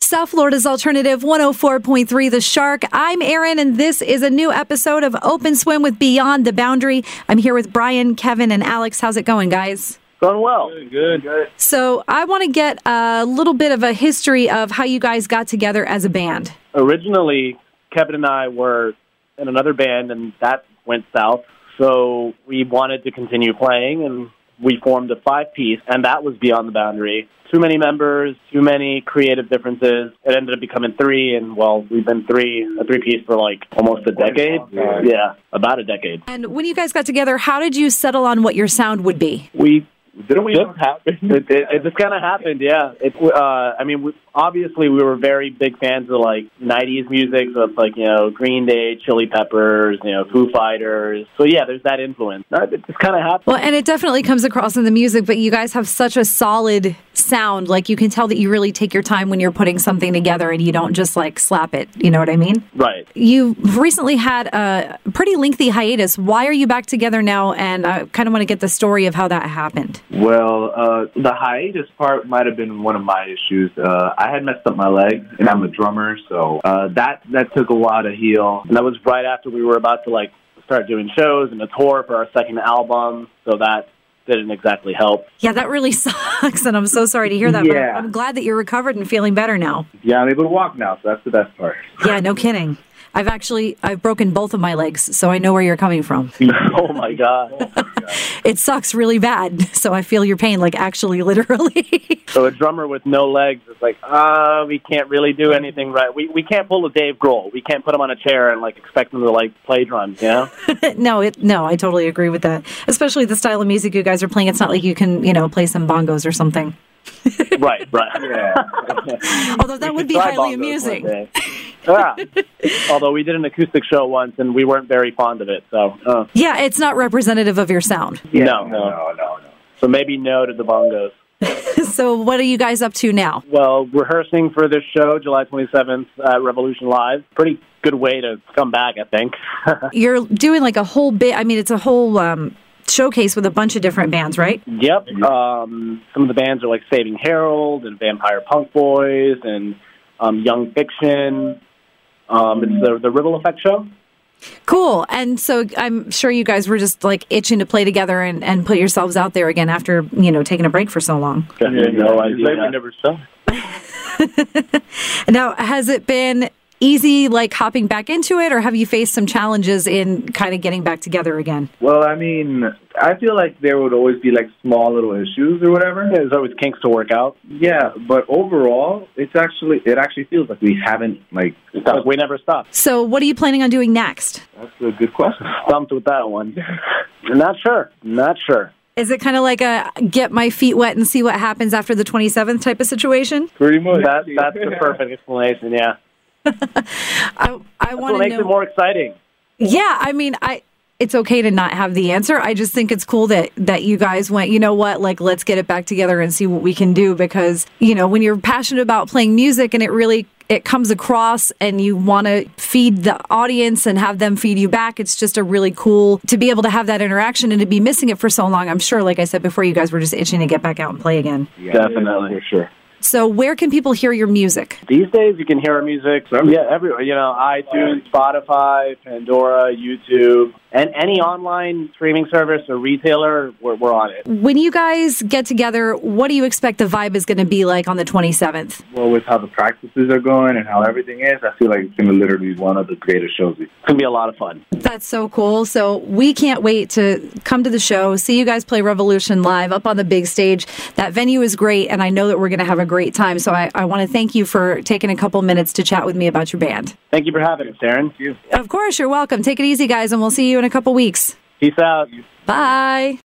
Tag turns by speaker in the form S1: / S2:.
S1: South Florida's Alternative 104.3 The Shark. I'm Erin, and this is a new episode of Open Swim with Beyond the Boundary. I'm here with Brian, Kevin, and Alex. How's it going, guys?
S2: Going well.
S3: Good. Good.
S1: So, I want to get a little bit of a history of how you guys got together as a band.
S2: Originally, Kevin and I were in another band, and that went south. So we wanted to continue playing, and we formed a five piece, and that was Beyond the Boundary. Too many members, too many creative differences. It ended up becoming three, and well, we've been three, a three piece for like almost a decade.
S3: Yeah.
S2: Yeah, about a decade.
S1: And when you guys got together, how did you settle on what your sound would be?
S2: We
S3: Didn't we?
S2: just happened. It, it, it just kind of happened, yeah. It, uh, I mean, we, obviously, we were very big fans of like '90s music, so it's like you know Green Day, Chili Peppers, you know Foo Fighters. So yeah, there's that influence. Uh, It just kind of happened.
S1: Well, and it definitely comes across in the music, but you guys have such a solid sound. Like, you can tell that you really take your time when you're putting something together and you don't just like slap it. You know what I mean?
S2: Right.
S1: You recently had a pretty lengthy hiatus. Why are you back together now? And I kind of want to get the story of how that happened.
S3: Well, uh, the hiatus part might have been one of my issues. Uh, I had messed up my legs, and I'm a drummer, so uh, that that took a while to heal.
S2: And that was right after we were about to like start doing shows and a tour for our second album. So that didn't exactly help.
S1: Yeah, that really sucks. And I'm so sorry to hear that. But
S3: Yeah.
S1: I'm glad that you're recovered and feeling better now.
S3: Yeah, I'm able to walk now, so that's the best part.
S1: Yeah, no kidding. I've actually I've broken both of my legs, so I know where you're coming from.
S2: oh my god.
S1: It sucks really bad, so I feel your pain like actually literally.
S2: So a drummer with no legs is like, ah, we can't really do anything right. We we can't pull a Dave Grohl. We can't put him on a chair and like expect him to like play drums. You know.
S1: no, it no, I totally agree with that. Especially the style of music you guys are playing. It's not like you can, you know, play some bongos or something.
S2: Right, right.
S3: Yeah.
S1: Although that would be
S2: Try bongos
S1: highly
S2: one
S1: amusing.
S2: day. yeah. Although we did an acoustic show once and we weren't very fond of it, so uh,
S1: Yeah, it's not representative of your sound.
S3: Yeah,
S2: no, no.
S3: no, no, no.
S2: So maybe no to the bongos.
S1: So, what are you guys up to now?
S2: Well, rehearsing for this show, July 27th at Revolution Live. Pretty good way to come back, I think.
S1: You're doing like a whole bit. I mean, it's a whole um, showcase with a bunch of different bands, right?
S2: yep. Um, some of the bands are like Saving Harold and Vampire Punk Boys and um, Young Fiction. Um, it's the, the Ribble Effect show.
S1: Cool. And so, I'm sure you guys were just like itching to play together and, and put yourselves out there again after you know taking a break for so long.
S2: no idea.
S3: never saw.
S1: Now, has it been easy like hopping back into it, or have you faced some challenges in kind of getting back together again?
S3: Well, I mean, I feel like there would always be like small little issues or whatever.
S2: There's always kinks to work out.
S3: Yeah, but overall, it's actually it actually feels like we haven't like.
S2: Like, we never stop.
S1: So, what are you planning on doing next?
S3: That's a good question.
S2: Stumped with that one. Not sure. Not sure.
S1: Is it kind of like a get my feet wet and see what happens after the 27th type of situation?
S3: Pretty much.
S2: That, that's the perfect explanation, yeah.
S1: I, I
S2: That's what
S1: want to
S2: makes
S1: know.
S2: it more exciting.
S1: yeah, I mean, I it's okay to not have the answer. I just think it's cool that that you guys went. You know what? Like, let's get it back together and see what we can do because you know when you're passionate about playing music and it really it comes across and you want to feed the audience and have them feed you back it's just a really cool to be able to have that interaction and to be missing it for so long i'm sure like i said before you guys were just itching to get back out and play again
S2: Definitely.
S3: for sure.
S1: so where can people hear your music
S2: These days, you can hear our music. Yeah, everywhere. You know, iTunes, Spotify, Pandora, YouTube, and any online streaming service or retailer, we're, we're on it.
S1: When you guys get together, what do you expect the vibe is going to be like on the 27th?
S3: Well, with how the practices are going and how everything is, I feel like it's going to literally be one of the greatest shows. we
S2: It's going to be a lot of fun.
S1: That's so cool. So we can't wait to come to the show, see you guys play Revolution live up on the big stage. That venue is great, and I know that we're going to have a great time. So I, I want to thank you for taking a couple minutes to chat with me about your band.
S2: Thank you for having us, Darren.
S1: Of course, you're welcome. Take it easy, guys, and we'll see you in a couple weeks.
S2: Peace out.
S1: Bye.